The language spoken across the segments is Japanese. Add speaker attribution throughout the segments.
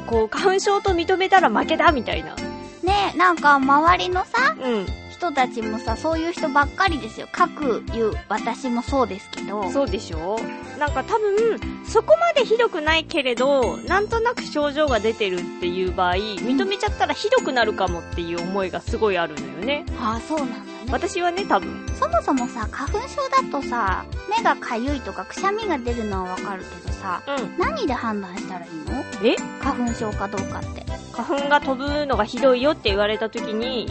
Speaker 1: こう、花粉症と認めたら負けだみたいな。
Speaker 2: ねえ、なんか周りのさ、
Speaker 1: う
Speaker 2: 人たちもさ、そういう人ばっかりですよ。各言う、私もそうですけど。
Speaker 1: ん。そうでしょなんか多分、そこまでひどくないけれど、なんとなく症状が出てるっていう場合、認めちゃったらひどくなるかもっていう思いがすごいあるのよね。
Speaker 2: ああ、そうなんだね。
Speaker 1: 私はね、多分。
Speaker 2: そもそもさ、花粉症だとさ、目がかゆいとかくしゃみが出るのはわかるけどさ、
Speaker 1: うん。
Speaker 2: 何で判断したらいいの
Speaker 1: え
Speaker 2: 花粉症かどうかって。
Speaker 1: 花粉が飛ぶのがひどいよって言われた時に、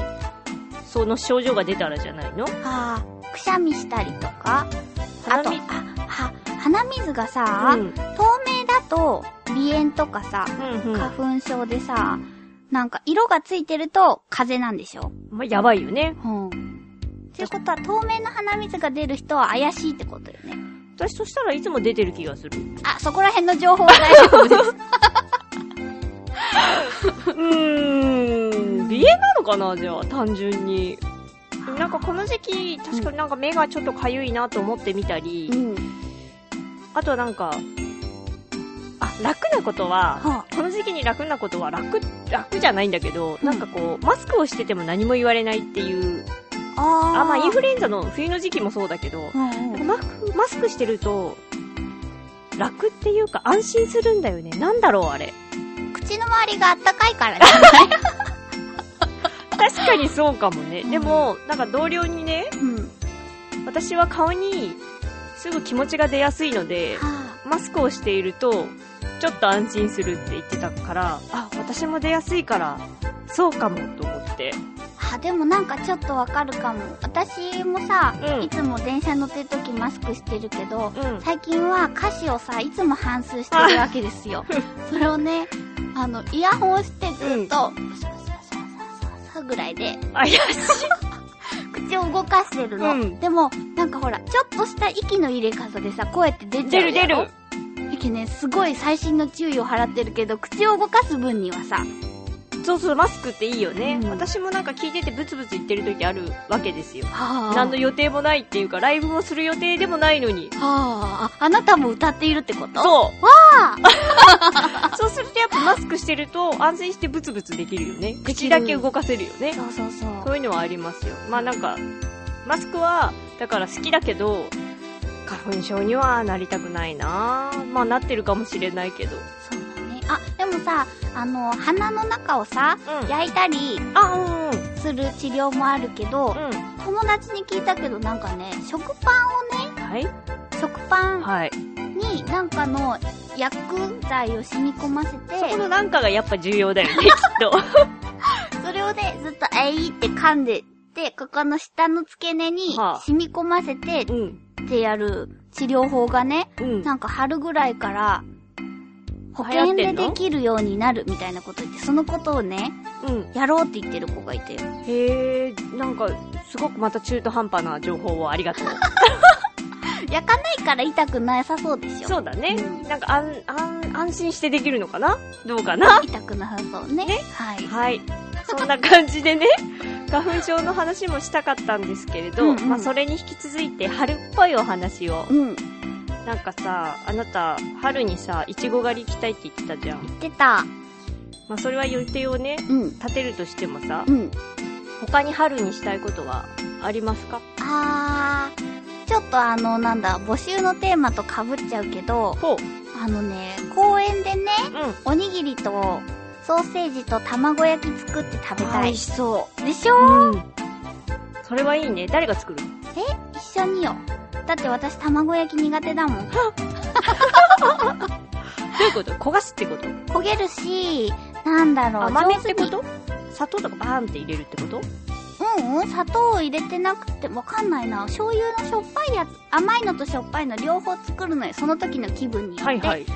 Speaker 1: その症状が出たらじゃないの
Speaker 2: ああ、くしゃみしたりとか、あと、あ
Speaker 1: 鼻水、
Speaker 2: は、鼻水がさ、
Speaker 1: うん。
Speaker 2: 透明だと、鼻炎とかさ、
Speaker 1: うんうん。
Speaker 2: 花粉症でさ、なんか色がついてると風邪なんでしょ
Speaker 1: まあ、やばいよね。
Speaker 2: うん。ということは透明の鼻水が出る人は怪しいってことよね。
Speaker 1: 私としたらいつも出てる気がする。
Speaker 2: あ、そこら辺の情報は大丈夫です。
Speaker 1: うーん、鼻炎なのかな、じゃあ、単純に。なんかこの時期、確かになんか目がちょっと痒いなと思ってみたり、
Speaker 2: うん。
Speaker 1: あとはなんか、あ、楽なことは、
Speaker 2: は
Speaker 1: この時期に楽なことは楽、楽じゃないんだけど、
Speaker 2: うん
Speaker 1: なんかこう、マスクをしてても何も言われないっていう、
Speaker 2: あ。あー
Speaker 1: あ、まあインフルエンザの冬の時期もそうだけど、
Speaker 2: うんうん。
Speaker 1: マスクマスクしてると、楽っていうか安心するんだよね。なんだろうあれ。
Speaker 2: 口の周りがあったかいからね。
Speaker 1: 確かにそうかもね。でも、なんか同僚にね、
Speaker 2: うん。は
Speaker 1: 私は顔にすぐ気持ちが出やすいので、
Speaker 2: あ。
Speaker 1: マスクをしていると、ちょっと安心するって言ってたから、あ、私も出やすいから、そうかもと思って。
Speaker 2: あ、でもなんかちょっとわかるかも。私もさ、
Speaker 1: うん
Speaker 2: いつも電車乗ってる時マスクしてるけど、
Speaker 1: うん。
Speaker 2: 最近は歌詞をさいつも反数してるわけですよそれをねあのイヤホンしてずっと、サササササぐらいで
Speaker 1: 怪しい。
Speaker 2: 口を動かしてるの、
Speaker 1: うん
Speaker 2: でもなんかほらちょっとした息の入れ方でさ声って出ちゃ
Speaker 1: 出
Speaker 2: う
Speaker 1: る出
Speaker 2: やろ
Speaker 1: る。
Speaker 2: 息ねすごい細心の注意を払ってるけど口を動かす分にはさ
Speaker 1: そうそう、マスクっていいよね。
Speaker 2: うん
Speaker 1: 私もなんか聞いててブツブツ言ってる時あるわけですよ。
Speaker 2: は
Speaker 1: 何の予定もないっていうか、ライブもする予定でもないのに。
Speaker 2: はああなたも歌っているってこと
Speaker 1: そう。
Speaker 2: あ
Speaker 1: そうするとやっぱマスクしてると安心してブツブツできるよね。口だけ動かせるよね。
Speaker 2: そうそうそう
Speaker 1: そういうのはありますよ。まあなんか、マスクは、だから好きだけど、花粉症にはなりたくないなまあなってるかもしれないけど。
Speaker 2: そうだねあでもさあの鼻の中をさ
Speaker 1: うん。
Speaker 2: 焼いたり
Speaker 1: あ、うんうん。
Speaker 2: する治療もあるけど、
Speaker 1: う
Speaker 2: 友達に聞いたけどなんかね食パンをね
Speaker 1: ん。はい
Speaker 2: 食パン
Speaker 1: はい。
Speaker 2: になんかの薬剤を染み込ませて
Speaker 1: そこのなんかがやっぱ重要だよね、きっと。
Speaker 2: それを上でずっとえいって噛んでって、ここの下の付け根に
Speaker 1: はあ
Speaker 2: 染み込ませてっ
Speaker 1: うん。
Speaker 2: てやる治療法がね、
Speaker 1: うん。
Speaker 2: なんか春ぐらいから保
Speaker 1: 流行
Speaker 2: 険
Speaker 1: って
Speaker 2: で
Speaker 1: んの
Speaker 2: できるようになるみたいなこと言って、そのことをね、
Speaker 1: うん。
Speaker 2: やろうって言ってる子がいてよ。
Speaker 1: へえ、なんか、すごくまた中途半端な情報をありがとう。
Speaker 2: 焼かないから痛くなさそうでしょ。
Speaker 1: そうだね。
Speaker 2: うん
Speaker 1: なんか、あん、あん、安心してできるのかなどうかな
Speaker 2: 痛くなさそうね。
Speaker 1: ね
Speaker 2: はい。
Speaker 1: はい。そんな感じでね、 花粉症の話もしたかったんですけれど、
Speaker 2: うんうん
Speaker 1: まあ、それに引き続いて春っぽいお話を。
Speaker 2: うん。
Speaker 1: なんかさ、あなた、春にさ、いちご狩り行きたいって言ってたじゃん。
Speaker 2: 出た。
Speaker 1: まあ、それは予定をね、
Speaker 2: うん。
Speaker 1: 立てるとしてもさ、
Speaker 2: うん。
Speaker 1: 他に春にしたいことはありますか
Speaker 2: あー、ちょっとあの、なんだ、募集のテーマと被っちゃうけど、
Speaker 1: ほう。
Speaker 2: あのね、公園でね、
Speaker 1: う
Speaker 2: おにぎりと、ソーセージと卵焼き作って食べ
Speaker 1: ん。
Speaker 2: たい。
Speaker 1: しそ
Speaker 2: でしょ
Speaker 1: う。うん。それはいいね。誰が作 るの
Speaker 2: 一緒によ。だって私卵焼き苦手だもん。
Speaker 1: どういうこと焦がすってこと
Speaker 2: 焦げるし、なんだろう。
Speaker 1: 甘めってこ
Speaker 2: 上手
Speaker 1: と砂糖とかバーンって入れるってこと
Speaker 2: にうんうん。砂糖を入れてなくてわかんないな。醤油のしょっぱいやつ、甘いのとしょっぱいの両方作るのよ。その時の気分によって。
Speaker 1: はいはい。
Speaker 2: で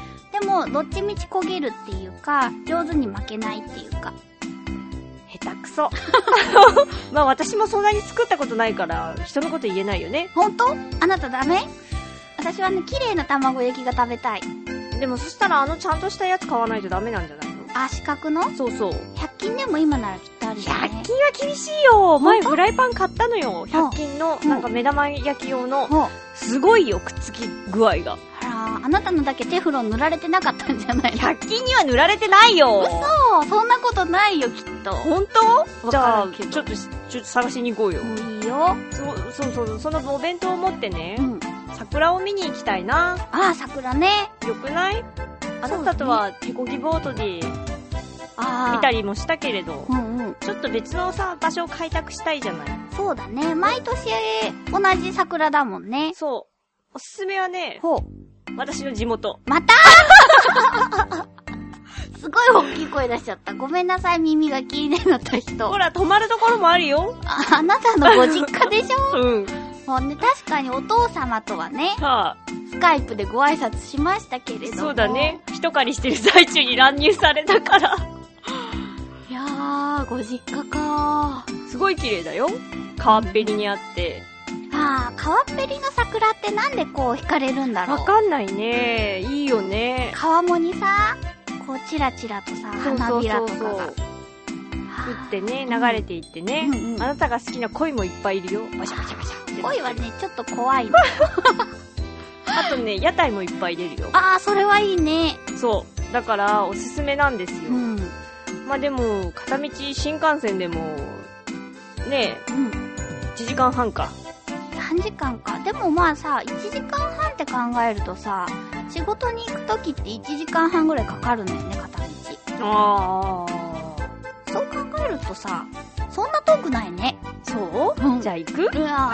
Speaker 2: も、どっちみち焦げるっていうか、上手に負けないっていうか。
Speaker 1: 下手くそ。 まあ私もそんなに作ったことないから、人のこと言えないよね。
Speaker 2: ほんとあなたダメ私はね、綺麗な卵焼きが食べたい。
Speaker 1: でもそしたらあのちゃんとしたやつ買わないとダメなんじゃないの
Speaker 2: あ、四角の
Speaker 1: そうそう。
Speaker 2: 100均でも今ならきっとあるよね。
Speaker 1: 100均は厳しいよ前
Speaker 2: 本当
Speaker 1: フライパン買ったのよ !100 均の、
Speaker 2: うん
Speaker 1: なんか目玉焼き用の、
Speaker 2: もう、
Speaker 1: すごいよ、くっつき具合が。
Speaker 2: あら、あなたのだけテフロン塗られてなかったんじゃないの
Speaker 1: 100均には塗られてないよ
Speaker 2: そう、そんなことないよ、きっと。
Speaker 1: 本当じゃ
Speaker 2: か
Speaker 1: あ、
Speaker 2: るけど
Speaker 1: ちょっとし、ちょっと探しに行こうよ。
Speaker 2: もういいよ。
Speaker 1: そうそうそう、そのお弁当を持ってね
Speaker 2: う、ん。
Speaker 1: 桜を見に行きたいな。
Speaker 2: ああ、桜ね。
Speaker 1: よくないあなたとは、手こぎボートで
Speaker 2: ああ。
Speaker 1: 見たりもしたけれど
Speaker 2: う、んうん。
Speaker 1: ちょっと別のさ、場所を開拓したいじゃない。
Speaker 2: そうだね。毎年、同じ桜だもんね。
Speaker 1: そう。おすすめはね、
Speaker 2: ほう。
Speaker 1: 私の地元。
Speaker 2: またすごい大きい声出しちゃった。ごめんなさい、耳が気になった人。
Speaker 1: ほ
Speaker 2: あ
Speaker 1: ら、泊まるところもあるよ。
Speaker 2: あなたのご実家でしょ
Speaker 1: うん。
Speaker 2: もうね、確かにお父様とはね、
Speaker 1: はあ、
Speaker 2: スカイプでご挨拶しましたけれども。
Speaker 1: そうだね。。一狩りしてる最中に乱入されたから。
Speaker 2: いやー、ご実家かー。
Speaker 1: すごい綺麗だよ。川っぺりにあって。
Speaker 2: あー、川っぺりの桜ってなんでこう惹かれるんだろう。
Speaker 1: わかんないね。いいよね。
Speaker 2: 川面にさ、こうチラチラとさ、花びらとかが。
Speaker 1: 打ってね、
Speaker 2: うん
Speaker 1: 流れていってね。
Speaker 2: うんうん
Speaker 1: あなたが好きな恋もいっぱいいるよ。バシャバシャバシャって。
Speaker 2: 恋はね、ちょっと怖いの。
Speaker 1: あとね、屋台もいっぱい出るよ。
Speaker 2: あー、それはいいね。
Speaker 1: そう。だから、おすすめなんですよ。
Speaker 2: うん。うん。
Speaker 1: まあでも、片道新幹線でも、ねえ、1時間半か。
Speaker 2: 3時間か。でもまあさ、1時間半って考えるとさ、仕事に行くときって1時間半ぐらいかかるんだよね、片道。
Speaker 1: あ
Speaker 2: そう考えるとさ、そんな遠くないね。
Speaker 1: あ。そうう、
Speaker 2: ん
Speaker 1: じゃあ行く
Speaker 2: うわ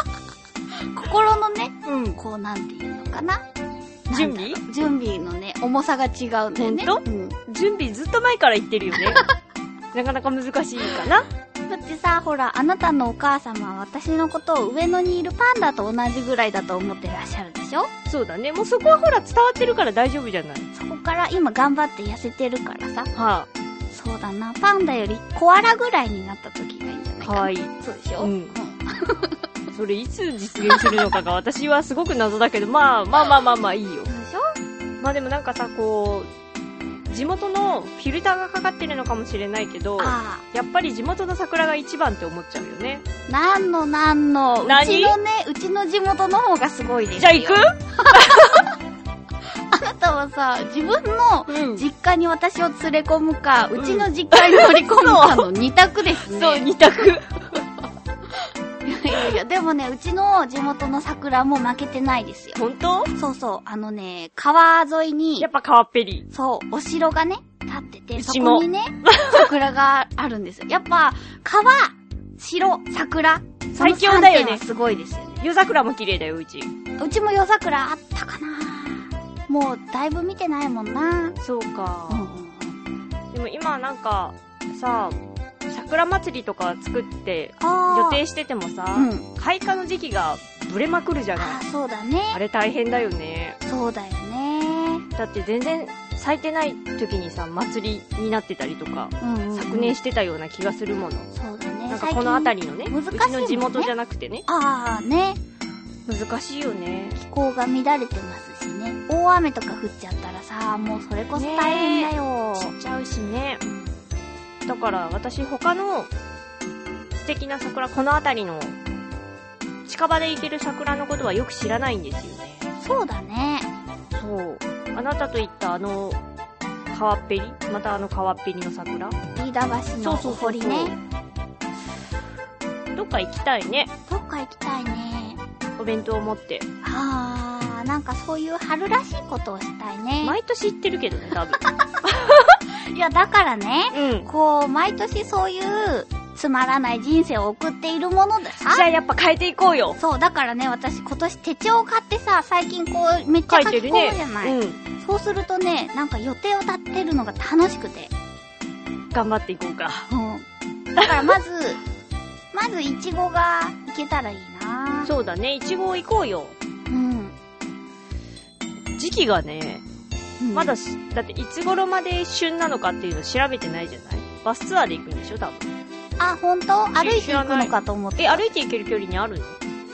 Speaker 2: 心のね、
Speaker 1: うん。
Speaker 2: こうなんていうのかな。
Speaker 1: 準
Speaker 2: な
Speaker 1: 備
Speaker 2: んだろう準備のね、重さが違うんだよね。
Speaker 1: ほん
Speaker 2: うん
Speaker 1: 準備ずっと前から行ってるよね。 なかなか難しいかな。
Speaker 2: だってさ、ほら、あなたのお母様は私のことを上野にいるパンダと同じぐらいだと思ってらっしゃるでしょ
Speaker 1: そうだね。もうそこはほら伝わってるから大丈夫じゃない。
Speaker 2: そこから今頑張って痩せてるからさ、
Speaker 1: は
Speaker 2: そうだな、パンダよりコアラぐらいになった時がいいんじゃないか
Speaker 1: あ、か
Speaker 2: な。
Speaker 1: わいい。
Speaker 2: そうでしょ、
Speaker 1: う
Speaker 2: うんん、
Speaker 1: それいつ実現するのかが私はすごく謎だけど、まあまあまあまあまあいい
Speaker 2: そ
Speaker 1: よ。
Speaker 2: うでしょ
Speaker 1: まあでもなんかさ、こう、地元のフィルターがかかってるのかもしれないけど、
Speaker 2: あ
Speaker 1: やっぱり地元の桜が一番って思っちゃうよね。
Speaker 2: あ、なんのなんの、う
Speaker 1: 何
Speaker 2: ちのね、うちの地元の方がすごいですよ。
Speaker 1: じゃあ行く
Speaker 2: あなたはさ、自分の
Speaker 1: う
Speaker 2: 実家に私を連れ込むか、
Speaker 1: うん
Speaker 2: うちの実家に乗り込むかの二択ですね。
Speaker 1: そう、二択。
Speaker 2: いやいや、でもね、うちの地元の桜も負けてないですよ。
Speaker 1: 本当
Speaker 2: そうそう、あのね、川沿いに
Speaker 1: やっ、ぱ川っぺり。
Speaker 2: そう、お城がね、建ってて、
Speaker 1: う
Speaker 2: そ
Speaker 1: ちも
Speaker 2: こに ね、桜があるんですよ。やっぱ、川、城、桜、その
Speaker 1: 最強だよ
Speaker 2: 三点
Speaker 1: ね
Speaker 2: はすごいですよね。
Speaker 1: 夜桜も綺麗だよ、うち。
Speaker 2: うちも夜桜あったかなもう、だいぶ見てないもんな
Speaker 1: そうか
Speaker 2: うんうんうん
Speaker 1: でも今なんかさ、桜祭りとか作って
Speaker 2: あ
Speaker 1: 予
Speaker 2: ー
Speaker 1: 定しててもさ、
Speaker 2: うん
Speaker 1: 開花の時期がブレまくるじゃない
Speaker 2: あーそうだね
Speaker 1: あれ大変だよね
Speaker 2: そうだよね
Speaker 1: だって全然咲いてない時にさ祭りになってたりとか
Speaker 2: うんうんうん
Speaker 1: 昨年してたような気がするもの、
Speaker 2: そうだね
Speaker 1: なんかこの辺りのね
Speaker 2: 最近
Speaker 1: う
Speaker 2: 難し
Speaker 1: ち
Speaker 2: いもんね
Speaker 1: の地元じゃなくてね
Speaker 2: ああね
Speaker 1: 難しいよね
Speaker 2: 気候が乱れてますしね大雨とか降っちゃったらさもうそれこそ大変だよ、
Speaker 1: 散っちゃうしねだから私他の素敵な桜この辺りの近場で行ける桜のことはよく知らないんですよね
Speaker 2: そうだね
Speaker 1: そうあなたと行ったあの川っぺりまたあの川っぺりの桜
Speaker 2: 飯田橋のお堀ね
Speaker 1: どっか行きたいね
Speaker 2: どっか行きたいね
Speaker 1: お弁当を持って
Speaker 2: あーなんかそういう春らしいことをしたいね
Speaker 1: 毎年行ってるけどね多分
Speaker 2: いやだからね
Speaker 1: うん
Speaker 2: こう毎年そういうつまらない人生を送っているものでさ
Speaker 1: じゃあやっぱ変えていこうよ
Speaker 2: そうだからね私今年手帳を買ってさ最近こうめっち
Speaker 1: 書
Speaker 2: ゃ
Speaker 1: い
Speaker 2: 書き
Speaker 1: て
Speaker 2: 込
Speaker 1: る
Speaker 2: む
Speaker 1: ね
Speaker 2: じゃない、
Speaker 1: うん
Speaker 2: そうするとねなんか予定を立てるのが楽しくて
Speaker 1: 頑張っていこうか
Speaker 2: うん。だからまず、まずイチゴがいけたらいいな
Speaker 1: そうだねいちご行こうよ
Speaker 2: うん。
Speaker 1: 時期がね
Speaker 2: うん
Speaker 1: まだし、だっていつ頃まで旬なのかっていうの調べてないじゃないバスツアーで行くんでしょ多分。
Speaker 2: あ、ほんと歩いて行くのかと思って。
Speaker 1: え、歩いて行ける距離にあるの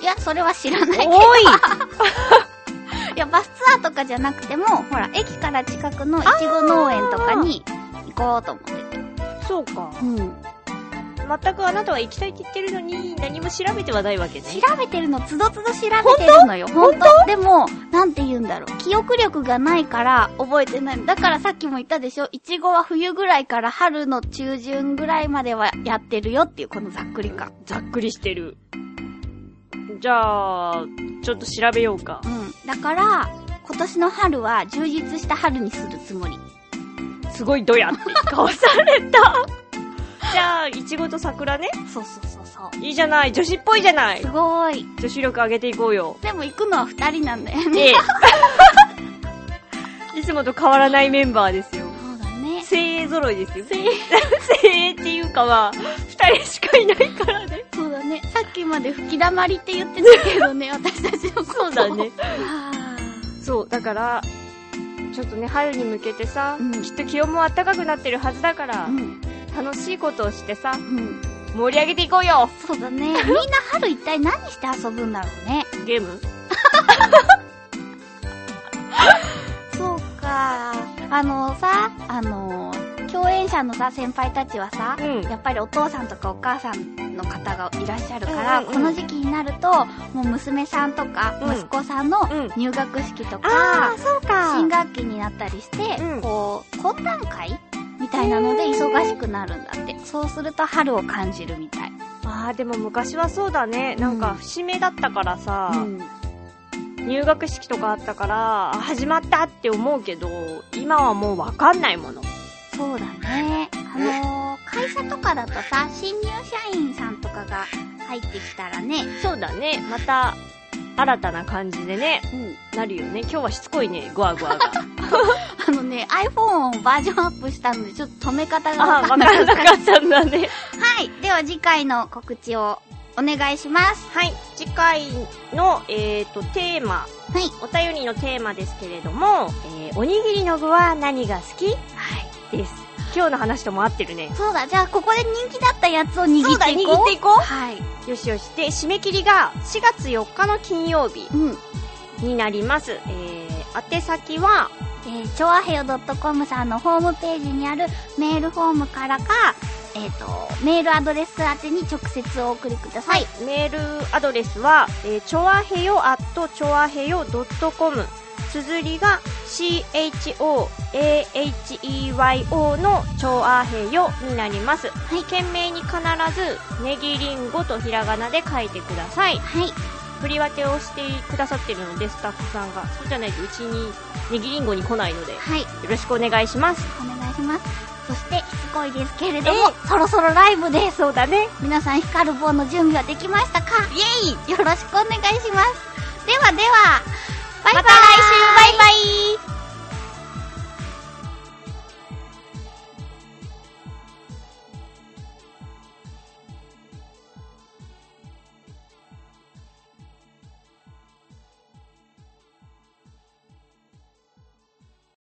Speaker 2: いや、それは知らないけど。
Speaker 1: おい
Speaker 2: いや、バスツアーとかじゃなくても、ほら、駅から近くのいちご農園とかに行こうと思ってて。
Speaker 1: そうか。
Speaker 2: うん。
Speaker 1: 全くあなたは行きたいって言ってるのに、何も調べてはないわけね。
Speaker 2: 調べてるの、つどつど調べてるのよ。ほんとでも、なんて言うんだろう。記憶力がないから覚えてない。だからさっきも言ったでしょ。いちごは冬ぐらいから春の中旬ぐらいまではやってるよっていう、このざっくり感。
Speaker 1: ざっくりしてる。じゃあ、ちょっと調べようか
Speaker 2: う。ん。だから、今年の春は充実した春にするつもり。
Speaker 1: すごいド ヤって顔された。じゃあ、いちごと桜ね。
Speaker 2: そうそうそうそう。
Speaker 1: いいじゃない。女子っぽいじゃない
Speaker 2: す。ごい。
Speaker 1: 女子力上げていこうよ。
Speaker 2: でも行くのは二人なんだよね。
Speaker 1: ええ。いつもと変わらないメンバーですよ。
Speaker 2: そうだね。
Speaker 1: 精鋭揃いですよ。精鋭。精鋭っていうかは、二人しかいないからね。
Speaker 2: そうだね。さっきまで吹き溜まりって言ってたけど ね、私たちのこと。
Speaker 1: そうだね。
Speaker 2: あ
Speaker 1: そう、だから、ちょっとね、春に向けてさ、
Speaker 2: うん
Speaker 1: きっと気温も暖かくなってるはずだか
Speaker 2: ー。
Speaker 1: ら、
Speaker 2: うん。
Speaker 1: 楽しいことをしてさ、
Speaker 2: うん。
Speaker 1: 盛り上げていこうよ
Speaker 2: そうだね。みんな春一体何して遊ぶんだろうね。
Speaker 1: ゲーム
Speaker 2: そうか。あのさ、あの、共演者のさ、先輩たちはさ、
Speaker 1: うん
Speaker 2: やっぱりお父さんとかお母さんの方がいらっしゃるから、
Speaker 1: うんうんうん
Speaker 2: この時期になると、もう娘さんとか
Speaker 1: うん
Speaker 2: 息子さんの
Speaker 1: うん
Speaker 2: 入学式とか、
Speaker 1: ー、そう
Speaker 2: 新学期になったりして、
Speaker 1: うん
Speaker 2: こう、懇談会みたいなので忙しくなるんだって。そうすると春を感じるみたい。
Speaker 1: あー、でも昔はそうだね。なんか、節目だったからさ、
Speaker 2: うん
Speaker 1: 入学式とかあったから、あ始まったって思うけど、今はもうわかんないもの。
Speaker 2: そうだね。あのー、会社とかだとさ、新入社員さんとかが入ってきたらね、
Speaker 1: そうだね。また、新たな感じでね、
Speaker 2: うん。
Speaker 1: なるよね。今日はしつこいね、グワグワが。
Speaker 2: あのね、iPhone をバージョンアップしたので、ちょっと止め方が
Speaker 1: あ
Speaker 2: わ
Speaker 1: ー、
Speaker 2: か
Speaker 1: わ
Speaker 2: んな
Speaker 1: か
Speaker 2: い
Speaker 1: んなかったんだね。
Speaker 2: はい。では次回の告知をお願いします。
Speaker 1: はい。次回の、えっ、と、テーマ、
Speaker 2: はい。
Speaker 1: お便りのテーマですけれども、えーおにぎりの具は何が好き
Speaker 2: はい。
Speaker 1: です。今日の話とも合ってるね。
Speaker 2: そうだ、じゃあここで人気だったやつを握
Speaker 1: そう
Speaker 2: っ
Speaker 1: だ、
Speaker 2: ていこう。
Speaker 1: 握っていこ
Speaker 2: はい。
Speaker 1: う。よしよし。で、締め切りが4月4日の金曜日
Speaker 2: うん。
Speaker 1: になります。えー、宛先は、
Speaker 2: えー、ちょあへよ .com さんのホームページにあるメールフォームからか、えっ、と、メールアドレス宛てに直接お送りください。
Speaker 1: はい、メールアドレスは、えー、ちょあへよ at ちょあへよ .com。綴りが CHOAHEYO のちょあへよになります。はい、懸命に必ず、ネギリンゴとひらがなで書いてください。
Speaker 2: はい。
Speaker 1: 振り分けをしてくださってるので、スタッフさんが。そうじゃないとうちにネギリンゴに来ないので、よ
Speaker 2: はい。
Speaker 1: ろしくお願いします。
Speaker 2: お願いします。そして、しつこいですけれど
Speaker 1: え
Speaker 2: も、そろそろライブです。
Speaker 1: そうだね。
Speaker 2: 皆さん、光る棒の準備はできましたかイエイよろしくお願いします。ではでは、バイバイ、
Speaker 1: また来週
Speaker 2: バイバイ